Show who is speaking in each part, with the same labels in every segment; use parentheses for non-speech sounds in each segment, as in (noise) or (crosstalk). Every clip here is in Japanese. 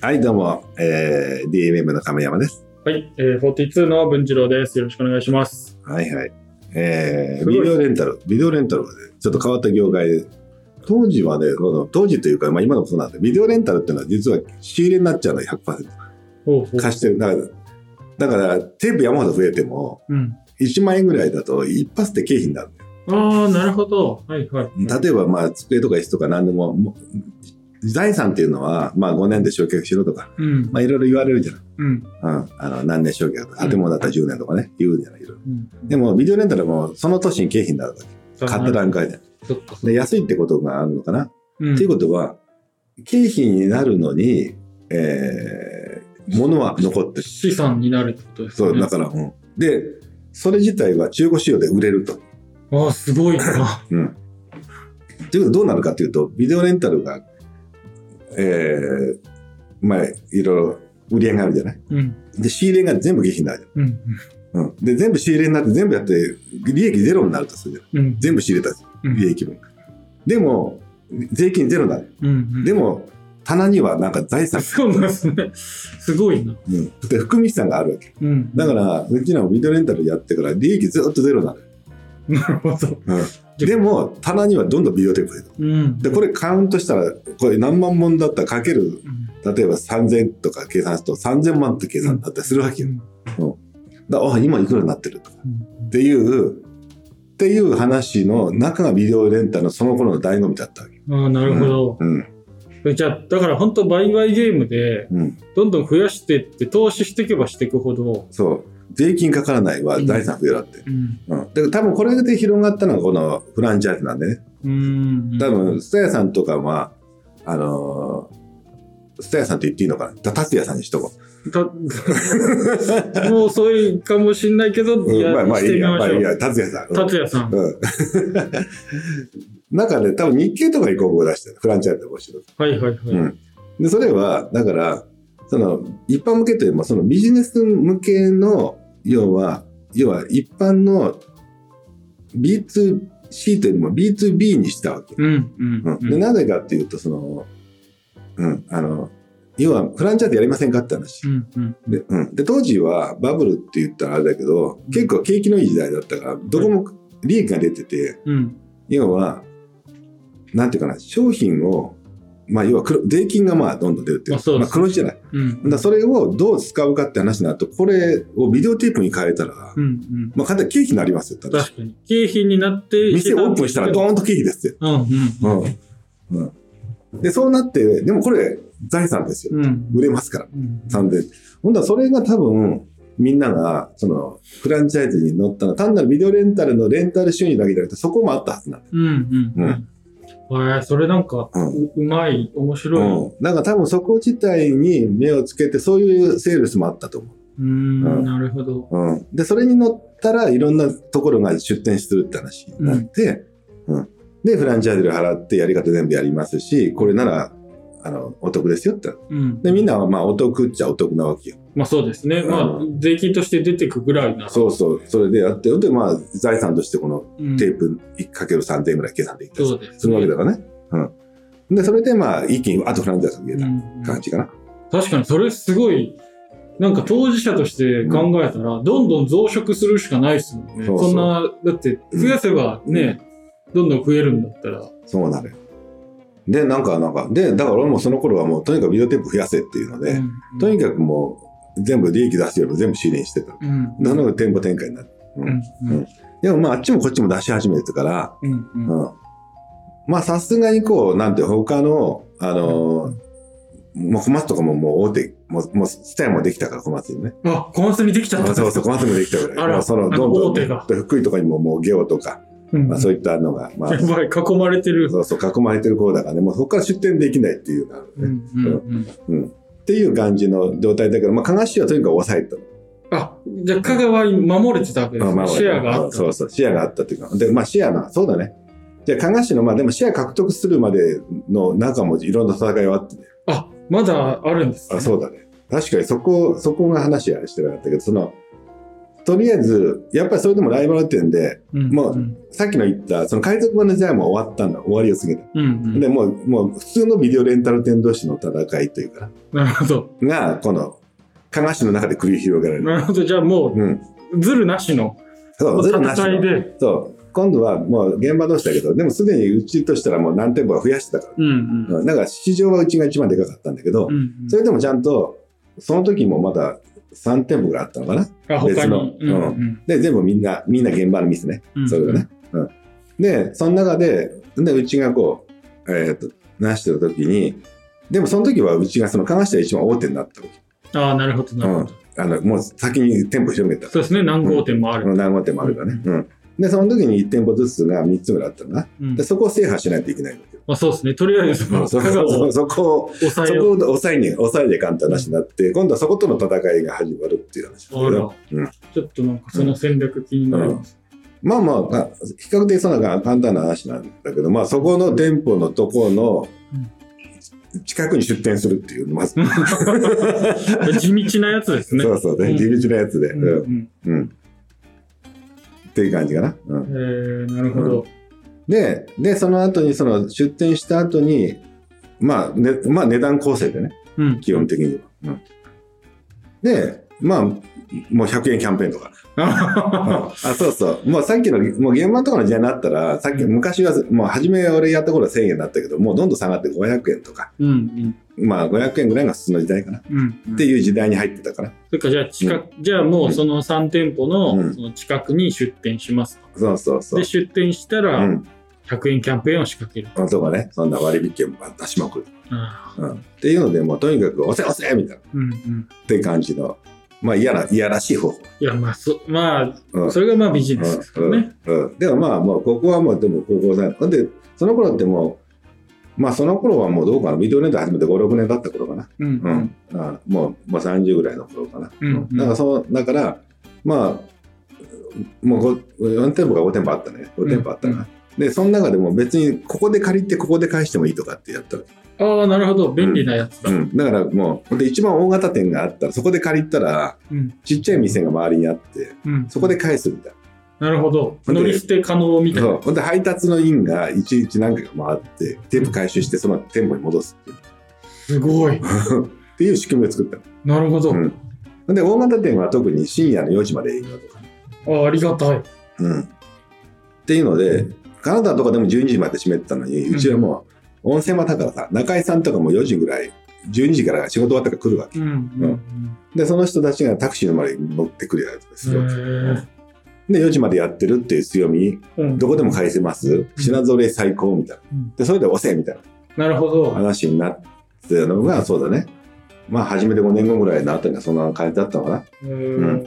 Speaker 1: はい、どうも、えー、DMM の亀山です。
Speaker 2: はい、えー、42の文次郎です。よろしくお願いします。
Speaker 1: はいはい。えー、
Speaker 2: すご
Speaker 1: ビ
Speaker 2: い
Speaker 1: デオレンタル。ビデオレンタルはね、ちょっと変わった業界で、当時はね、この当時というか、まあ今のことなんで、ビデオレンタルっていうのは実は仕入れになっちゃうのよ、100%。
Speaker 2: ほうほう。
Speaker 1: 貸してる。だから、だからテープ山ほど増えても、
Speaker 2: うん。
Speaker 1: 1万円ぐらいだと一発で経費になる。
Speaker 2: ああ、なるほど。はいはい。
Speaker 1: 例えば、まあ、机とか椅子とか何でも、もう財産っていうのは、まあ5年で焼却しろとか、
Speaker 2: うん。
Speaker 1: まあいろいろ言われるじゃない。
Speaker 2: うん。
Speaker 1: うん、あの何年焼却とか、建物だったら10年とかね、言うじゃない、いろいろ。
Speaker 2: うん。
Speaker 1: でも、ビデオレンタルもその年に景品になるわけ。買った段階で。
Speaker 2: そっか。
Speaker 1: で、安いってことがあるのかな。っ
Speaker 2: うん。
Speaker 1: ていうことは、景品になるのに、えー、物は残ってる。
Speaker 2: 資産になるってことです
Speaker 1: そ
Speaker 2: ね。
Speaker 1: う、だから、うん。で、それ自体は中古市場で売れると。
Speaker 2: ああ、すごいな。
Speaker 1: うん。ということどうなるかというと、ビデオレンタルが、えー、まあ、いろいろ売り上げがあるじゃない。
Speaker 2: うん。
Speaker 1: で、仕入れが全部景品になるじ
Speaker 2: うん。
Speaker 1: ゃん。うん。で、全部仕入れになって、全部やって、利益ゼロになるとするじゃん。
Speaker 2: うん。
Speaker 1: 全部仕入れた。
Speaker 2: うん
Speaker 1: 利益分。でも、税金ゼロだね。
Speaker 2: うん。うん
Speaker 1: で、も、棚にはなんか財産、
Speaker 2: そうなんですね。すごいな。
Speaker 1: うん、で含み資産があるわけ。
Speaker 2: うん。
Speaker 1: だから、うちらもビデオレンタルやってから利益ずっとゼロなのよ。
Speaker 2: なるほど。
Speaker 1: でも、棚にはどんどんビデオテープが出てく
Speaker 2: うん。
Speaker 1: るで、これカウントしたら、これ何万本だったらかける、
Speaker 2: うん、
Speaker 1: 例えば3000とか計算すると3000万って計算だったりするわけよ。だからあ、今いくらになってるとか。
Speaker 2: うん
Speaker 1: っていう、っていう話の中がビデオレンタルのその頃の醍醐味だったわけ。
Speaker 2: ああ、なるほど。
Speaker 1: うん。
Speaker 2: えじゃあ、だから本当売買ゲームで、
Speaker 1: うん。
Speaker 2: どんどん増やしてって、投資していけばしていくほど、
Speaker 1: そう。税金かからないは財産増えるって。
Speaker 2: うん。
Speaker 1: うん、だから多分これで広がったのがこのフランチャイズなんでね
Speaker 2: うん。
Speaker 1: 多分スタヤさんとかはあのー、スタヤさんって言っていいのかなだ達也さんにしとこ
Speaker 2: たもう遅いかもしんないけど、
Speaker 1: う、
Speaker 2: い
Speaker 1: うん、
Speaker 2: や
Speaker 1: まあまあい
Speaker 2: して
Speaker 1: い
Speaker 2: み
Speaker 1: や
Speaker 2: ま
Speaker 1: まあ
Speaker 2: し
Speaker 1: いい
Speaker 2: ょう。
Speaker 1: や達也さん、
Speaker 2: 達也さん。
Speaker 1: うん、 (laughs) うん、なんかね多分日経とかに広告を出してるフランチャイズで募集とか、
Speaker 2: はいはいはい。
Speaker 1: うん、でそれはだからその一般向けというよりもそのビジネス向けの要は要は一般の B2C というよりも B2B にしたわけ
Speaker 2: うんうんう
Speaker 1: うんんでなぜかっていうとその、うん、あの要はフランチャイズやりませんかって話、
Speaker 2: うんうん
Speaker 1: でうん、で当時はバブルって言ったらあれだけど結構景気のいい時代だったからどこも利益が出てて、
Speaker 2: うん
Speaker 1: 要はなんていうかな商品をまあ要は黒税金がまあどんどん出るっていう,、
Speaker 2: まあそうです
Speaker 1: まあ、黒字じゃないだか
Speaker 2: うん
Speaker 1: らそれをどう使うかって話になるとこれをビデオテープに変えたら、
Speaker 2: うんうん
Speaker 1: まあ簡単に経費になりますよって話
Speaker 2: 確かに。景品になって、
Speaker 1: 店オープンしたらドーンと経費ですよ
Speaker 2: うんうん
Speaker 1: うんうん、でそうなってでもこれ財産ですよ
Speaker 2: うんうん
Speaker 1: 売れますから
Speaker 2: うん
Speaker 1: 3000ほんだらそれが多分みんながそのフランチャイズに乗ったのは単なるビデオレンタルのレンタル収入だけじゃなくてそこもあったはずなんだ、
Speaker 2: うんうんうん。はい、それなんか、
Speaker 1: うん
Speaker 2: ううまい、面白い。
Speaker 1: うん、なんか多分そこ自体に目をつけてそういうセールスもあったと思
Speaker 2: うーん、
Speaker 1: うん
Speaker 2: なるほど。
Speaker 1: う、うん、でそれに乗ったらいろんなところが出店するって話になって、うんでフランチャイズ料払ってやり方全部やりますしこれならあのお得ですよって
Speaker 2: うん。
Speaker 1: でみんなはまあお得っちゃお得なわけよ。
Speaker 2: まあそうですね。まあ
Speaker 1: う、
Speaker 2: 税金として出てくぐらいな。
Speaker 1: そうそうそれでやってでまあ財産としてこの
Speaker 2: うん。
Speaker 1: テープ 1×3000 円ぐらい計算できたり
Speaker 2: そうですね
Speaker 1: するわけだからね。うん、でそれでまあ一気にあとフランチャイズが
Speaker 2: う
Speaker 1: 見え
Speaker 2: ん
Speaker 1: た
Speaker 2: うん
Speaker 1: 感じかな。
Speaker 2: 確かにそれすごいなんか当事者として考えたら、どんどん増殖するしかないですもん
Speaker 1: そ
Speaker 2: ねそう
Speaker 1: そうん
Speaker 2: なだって増やせばね、どんどん増えるんだったら
Speaker 1: そうなるよ。でなんかなんかでだから俺もその頃はもうとにかくビデオテープ増やせっていうので、
Speaker 2: うん
Speaker 1: とにかくもう全部利益出すよりも全部仕入れにしてた。で
Speaker 2: うん
Speaker 1: その店舗展開になって。
Speaker 2: う
Speaker 1: うんん、でもまああっちもこっちも出し始めてたから。
Speaker 2: うんうん
Speaker 1: うんまあさすがにこうなんて他のあのーもう小松とかももう大手もうもうスタイもできたから小松にね
Speaker 2: あコマスにできちゃった
Speaker 1: そうそう小松もできたから
Speaker 2: あら
Speaker 1: もうその
Speaker 2: あ
Speaker 1: どんどんね
Speaker 2: 大手が
Speaker 1: 福井とかにももうゲオとか、
Speaker 2: うん
Speaker 1: まあ、そういったのが、まあ、
Speaker 2: (laughs) やばい囲まれてる
Speaker 1: そうそう囲まれてる方だからねもうそこから出店できないっていうか、ね
Speaker 2: うんうんうん
Speaker 1: うんっていう感じの状態だけど、まあ、加賀市はとにかく抑えた
Speaker 2: あじゃあ香川に守れてたわけです
Speaker 1: ま
Speaker 2: ね、
Speaker 1: あまあ
Speaker 2: シェアがあった
Speaker 1: そうそう、シェアがあったっていうか、で、まあシェアな、そうだね。じゃあ、加賀市の、まあでもシェア獲得するまでの中もいろんな戦いはあってね。
Speaker 2: あまだあるんです、ね、
Speaker 1: あ、そうだね。確かにそこ、そこが話あれしてなかったけど、その、とりあえず、やっぱりそれでもライバル店で、
Speaker 2: うん
Speaker 1: もう
Speaker 2: うん
Speaker 1: さっきの言った、その海賊版の時代も終わったんだ。終わりを過ぎた。
Speaker 2: うんうん
Speaker 1: で、もう、もう普通のビデオレンタル店同士の戦いというか、
Speaker 2: なるほど
Speaker 1: が、この、加賀市の中で繰り広げられる。
Speaker 2: なるほどじゃあも
Speaker 1: うん。
Speaker 2: うズルなしの
Speaker 1: そう、ゼロなし
Speaker 2: 戦い
Speaker 1: の。
Speaker 2: で
Speaker 1: そう。今度はもう現場同士だけど、でもすでにうちとしたらもう何店舗か増やしてたから。
Speaker 2: うんうん
Speaker 1: うんだから市場はうちが一番でかかったんだけど、
Speaker 2: うんうん
Speaker 1: それでもちゃんと、その時もまだ3店舗ぐらいあったのかな。
Speaker 2: あ他
Speaker 1: 別の
Speaker 2: にうんうん
Speaker 1: で、全部みんな、みんな現場の店ね。
Speaker 2: うん
Speaker 1: それがね。うん、で、その中で、でうちがこう、えーっと、なしてる時に、でもその時はうちがその加賀市で一番大手になった時。
Speaker 2: ああなるほどなるほど
Speaker 1: あの、もう先に店舗広げた。
Speaker 2: そうですね何号店もあ
Speaker 1: あ
Speaker 2: る
Speaker 1: の、何号店もあるからね。うん。で、その時に1店舗ずつが3つぐらいあったのかな。
Speaker 2: うん
Speaker 1: で、そこを制覇しないといけないんだけど。
Speaker 2: まあそうですねとりあえず (laughs) そ
Speaker 1: そ
Speaker 2: の
Speaker 1: そ
Speaker 2: 香川
Speaker 1: そ
Speaker 2: を
Speaker 1: そこを、そ
Speaker 2: 抑え
Speaker 1: こ
Speaker 2: よう
Speaker 1: を抑えに、抑えで簡単なしになって、今度はそことの戦いが始まるっていう話だけ
Speaker 2: あら
Speaker 1: ど、うん
Speaker 2: ちょっとなんかその戦略気になります
Speaker 1: まあまあか、比較的そんな簡単な話なんだけど、まあそこの店舗のとこの近くに出店するっていう、まず。
Speaker 2: 地道なやつですね
Speaker 1: そうそう
Speaker 2: う
Speaker 1: ね、
Speaker 2: ん
Speaker 1: 地道なやつで、
Speaker 2: う
Speaker 1: うんん
Speaker 2: うん
Speaker 1: うんっていう感じかな。うん
Speaker 2: えーなるほど
Speaker 1: で、で、その後に、その出店した後に、まあ、ね、まあ値段構成でね、
Speaker 2: うん
Speaker 1: 基本的には。うんで、まあ、もう100円キャンペーンとか。 (laughs) あ、そうそう。もうさっきの、もう現場とかの時代になったら、さっき、
Speaker 2: うん
Speaker 1: 昔は、もう初め俺やった頃は1000円だったけど、もうどんどん下がって500円とか、
Speaker 2: うんうん
Speaker 1: まあ500円ぐらいが普通の時代かな。
Speaker 2: うんうん
Speaker 1: っていう時代に入ってたから。
Speaker 2: それかじゃあ近く、じゃあもうその3店舗
Speaker 1: う
Speaker 2: の
Speaker 1: ん
Speaker 2: その近くに出店しますと、
Speaker 1: そうそうそう
Speaker 2: で。出店した
Speaker 1: う
Speaker 2: ら
Speaker 1: ん。
Speaker 2: 100円キャンペーンを仕掛ける、
Speaker 1: とかね、そんな割引券ば出しまくる。
Speaker 2: あ
Speaker 1: うん。っていうので、もうとにかく、押せ押せみたいな。
Speaker 2: ーうんうん
Speaker 1: って感じの、まあ、嫌な、いやらしい方法。
Speaker 2: いやまあそまあ
Speaker 1: うん
Speaker 2: それがまあビジネスですからね、
Speaker 1: うんうんでもまあ、もうここはもう、でも高校生。ほんで、その頃ってもう、まあその頃はもうどうかな、ビデオレンタル始めて5、6年経った頃かな。
Speaker 2: うん
Speaker 1: う
Speaker 2: う
Speaker 1: んん。あもう、もう30ぐらいの頃かな。
Speaker 2: うんうん
Speaker 1: だからそう、だから、まあ、もうご4店舗か5店舗あったね。5店舗あった
Speaker 2: うんう
Speaker 1: な。で、その中でも別に、ここで借りて、ここで返してもいいとかってやったら、
Speaker 2: ああなるほど便利なやつだ、
Speaker 1: う
Speaker 2: うん
Speaker 1: ん。だからもう、ほんで一番大型店があったら、そこで借りたら、
Speaker 2: うん
Speaker 1: ちっちゃい店が周りにあって、そこで返すみたいな。
Speaker 2: なるほど
Speaker 1: で
Speaker 2: 乗り捨て可能みたい
Speaker 1: そ
Speaker 2: な
Speaker 1: う。ほんで、配達の員がいちいち何回か回って、テープ回収して、その店舗に戻すっていう (laughs)
Speaker 2: すごい
Speaker 1: っていう仕組みを作った
Speaker 2: なるほど、
Speaker 1: の。うん。ほんで、大型店は特に深夜の4時まで営業とか。
Speaker 2: あーありがたい
Speaker 1: うん。っていうので、カナダとかでも12時まで閉めてたのに、
Speaker 2: うん
Speaker 1: うちはもう、温泉場だからさ、中井さんとかも4時ぐらい、12時から仕事終わったから来るわけ
Speaker 2: う。んうん
Speaker 1: で、その人たちがタクシーの前に乗ってくるやつです
Speaker 2: う
Speaker 1: よ
Speaker 2: ん。へえ
Speaker 1: で、4時までやってるっていう強み、
Speaker 2: うん
Speaker 1: どこでも返せます。品揃え最高みたいな
Speaker 2: うん。
Speaker 1: で、それで押せみたいな。
Speaker 2: なるほど
Speaker 1: 話になってたのが、そうだね。まあ、初めて5年後ぐらいの後にはそんな感じだったのかな。
Speaker 2: うん
Speaker 1: ん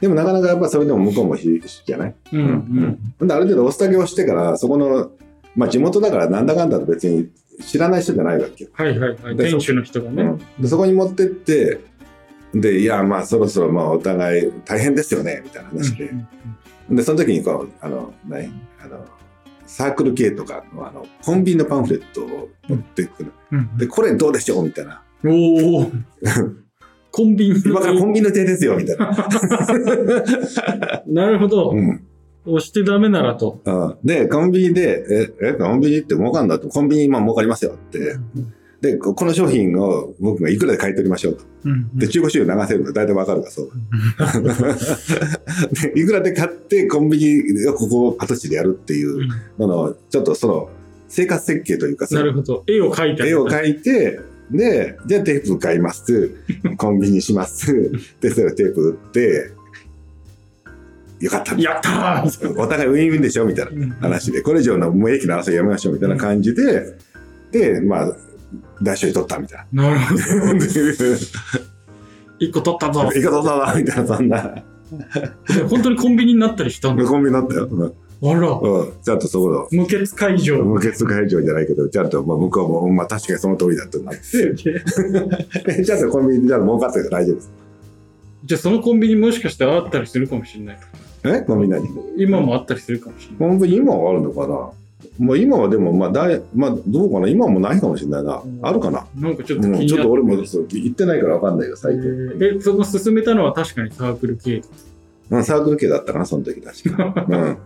Speaker 1: でも、なかなかやっぱそれでも向こうもひじゃない
Speaker 2: うんう
Speaker 1: うんほんで、ある程度押すだけ押してから、そこの、まあ、地元だからなんだかんだと別に知らない人じゃないわけよ。
Speaker 2: はいはいはい
Speaker 1: でそ
Speaker 2: 店主の人がね、
Speaker 1: うんでそこに持ってって、で、いや、まあ、そろそろ、まあ、お互い大変ですよね、みたいな話で
Speaker 2: う。ん
Speaker 1: で、その時に、こう、あの、何あの、サークル系とかの、あの、コンビニのパンフレットを持ってくる。
Speaker 2: うんうん
Speaker 1: で、これどうでしょうみたいな。
Speaker 2: おお。
Speaker 1: (laughs)
Speaker 2: コンビニ。
Speaker 1: 今からコンビニの手ですよ、みたいな。
Speaker 2: なるほど
Speaker 1: う。ん。
Speaker 2: 押してダメならと。
Speaker 1: うんで、コンビニで、え、え、コンビニって儲かんだと、コンビニ今儲かりますよって。で、ここの商品を僕がいくらで買い取りましょうと。
Speaker 2: うん
Speaker 1: で、中古市場流せるの大体わかるから、そう。で、いくらで買って、コンビニをここを跡地でやるっていうのの、ちょっとその、生活設計というか、そ
Speaker 2: な
Speaker 1: の
Speaker 2: るほど。絵を描いてあ
Speaker 1: 絵
Speaker 2: げ
Speaker 1: を
Speaker 2: た
Speaker 1: 描いて、で、じゃあテープ買います。 (laughs) コンビニします。で、それをテープ売って、よかった。
Speaker 2: やったー
Speaker 1: お互いウィンウィンでしょみたいな。話で、これ以上の無益な争いやめましょうみたいな感じで、で、まあ、大勝利取ったみたいな。
Speaker 2: なるほど。 (laughs)
Speaker 1: い
Speaker 2: 一個取った
Speaker 1: (laughs)
Speaker 2: ぞ。
Speaker 1: かどうだなみたいな、そんな。
Speaker 2: で本当にコンビニになったりしたんだ。
Speaker 1: コンビニだったよ。うん
Speaker 2: あら。
Speaker 1: うん、ちゃんとそこの、
Speaker 2: 無血会場。
Speaker 1: 無血会場じゃないけど、ちゃんと、まあ、向こうも、まあ、確かにその通りだとなっ
Speaker 2: すげえ
Speaker 1: て、ちゃんとコンビニで儲かってるから大丈夫です。
Speaker 2: じゃあそのコンビニもしかしたらあったりするかもしれない。
Speaker 1: えコンビニ何
Speaker 2: 今もあったりするかもしれない。
Speaker 1: コンビニ今はあるのかなまあ今はでも、まあ、だいまあ、どうかな今もないかもしれないな。
Speaker 2: うん
Speaker 1: あるかな
Speaker 2: なんかちょっと気にな
Speaker 1: うん
Speaker 2: る
Speaker 1: ちょっと俺もそう行ってないからわかんないよ、最近。
Speaker 2: えーえその進めたのは確かにサークル系。
Speaker 1: うん、サークル系だったかな、その時確か。うん。うん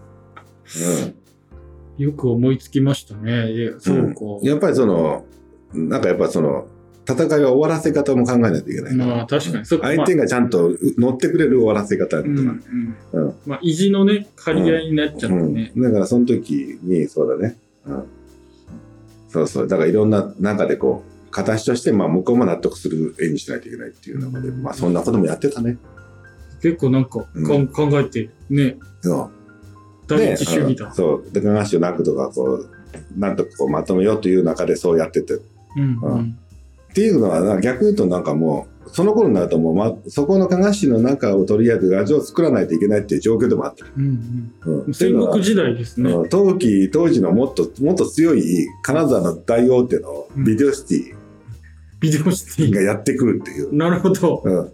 Speaker 2: よく思いつきましたね。いやそうか。
Speaker 1: やっぱりその、なんかやっぱその、戦いは終わらせ方も考えないといけないから
Speaker 2: まあ確かにそっか
Speaker 1: 相手がちゃんと乗ってくれる終わらせ方とか、
Speaker 2: うんう
Speaker 1: うん
Speaker 2: んまあ、意地のね、借り合いになっちゃってね。
Speaker 1: うん、だからその時にそうだね、うん、そうそうだからいろんな中でこう形としてまあ向こうも納得する絵にしないといけないっていう中で、まあ、そんなこともやってたね。
Speaker 2: 結構なんかか、
Speaker 1: うん
Speaker 2: 考えて、ね、
Speaker 1: そ
Speaker 2: 第一主義
Speaker 1: う
Speaker 2: だ。
Speaker 1: そうで高橋をなくとかこうなんとかこうまとめようという中でそうやっててっ
Speaker 2: うんうん
Speaker 1: ていうのはな逆に言うとなんかもうその頃になるともう、ま、そこの加賀市の中をとりあえずラジオを作らないといけないっていう状況でもあった。
Speaker 2: うん
Speaker 1: う、
Speaker 2: うんん、戦国時代ですね。
Speaker 1: うん当期当時のもっともっと強い金沢の大王手のビデオシテ
Speaker 2: ビデオシテ
Speaker 1: ィ
Speaker 2: ィ
Speaker 1: がやってくるっていう、
Speaker 2: なるほど
Speaker 1: うん、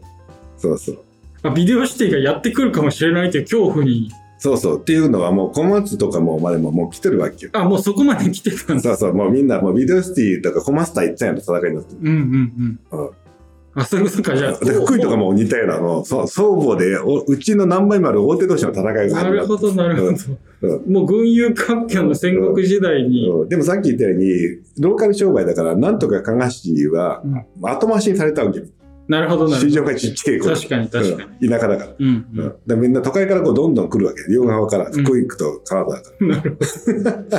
Speaker 1: そうそう
Speaker 2: あ。ビデオシティがやってくるかもしれないという恐怖に、
Speaker 1: そうそうっていうのはもう小松とかもまでももう来てるわけよ
Speaker 2: あ、もうそこまで来てたんだ。
Speaker 1: そうそうもうみんなもうビデオシティとか小松対一体の戦いになってる
Speaker 2: うんうんうん。あ、そういうことか、じゃあ。
Speaker 1: で福井とかも似たようなのそう双方でおうちの何倍丸大手同士の戦いが
Speaker 2: な
Speaker 1: 始ま
Speaker 2: る
Speaker 1: っ
Speaker 2: ほど、なるほ
Speaker 1: う
Speaker 2: ど。もう群雄割拠の戦国時代に、
Speaker 1: うんでもさっき言ったようにローカル商売だからなんとか加賀市は
Speaker 2: うん
Speaker 1: 後回しにされたわけよ
Speaker 2: なるほど、なる
Speaker 1: 市
Speaker 2: ほ
Speaker 1: 場がちっちゃい
Speaker 2: ど。
Speaker 1: 頃
Speaker 2: 確かに、確かに。
Speaker 1: うん田舎だから
Speaker 2: うん
Speaker 1: うん、だからみんな都会からこうどんどん来るわけ両側から
Speaker 2: うん
Speaker 1: 福井区と金沢か
Speaker 2: うん。 (laughs) なるほど。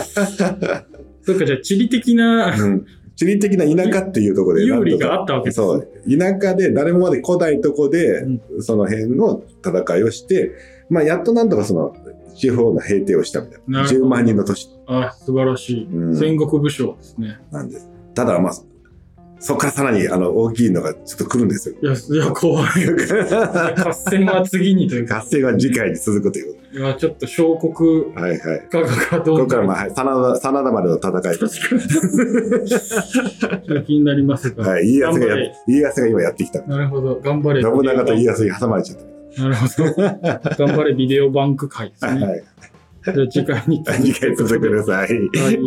Speaker 2: そうか、じゃあ地理的な
Speaker 1: ら、うん地理的な田舎っていうところで
Speaker 2: 有利
Speaker 1: なんと
Speaker 2: が
Speaker 1: か
Speaker 2: あったわけですね
Speaker 1: そう田舎で誰もまで来ないとこで、
Speaker 2: う
Speaker 1: その辺の戦いをして、まあ、やっとなんとかその地方の平定をしたみたいな
Speaker 2: なるほど
Speaker 1: 10万人の都市
Speaker 2: あ、素晴らしい。
Speaker 1: うん
Speaker 2: 戦国武将ですね。
Speaker 1: なんですただまあそこからさらにあの大きいのがちょっと来るんですよ (laughs)
Speaker 2: いや、いや、怖い。合戦は次にというか、
Speaker 1: 合戦は次回に続くという
Speaker 2: いやちょっと小国
Speaker 1: はいはい
Speaker 2: 化がど
Speaker 1: こ
Speaker 2: う
Speaker 1: こからまあ
Speaker 2: か。
Speaker 1: はい真田真田丸の戦い
Speaker 2: 確かに。気になりますが。
Speaker 1: はい、家康がや
Speaker 2: 頑張れ
Speaker 1: 家康が今やってきた
Speaker 2: なるほど。頑張
Speaker 1: (laughs)
Speaker 2: れ。
Speaker 1: 信長と家康に挟まれちゃった (laughs)
Speaker 2: なるほど。頑張れ、ビデオバンク会ですね。
Speaker 1: はい。
Speaker 2: じゃあ次回に
Speaker 1: 次回続けてください。
Speaker 2: はい。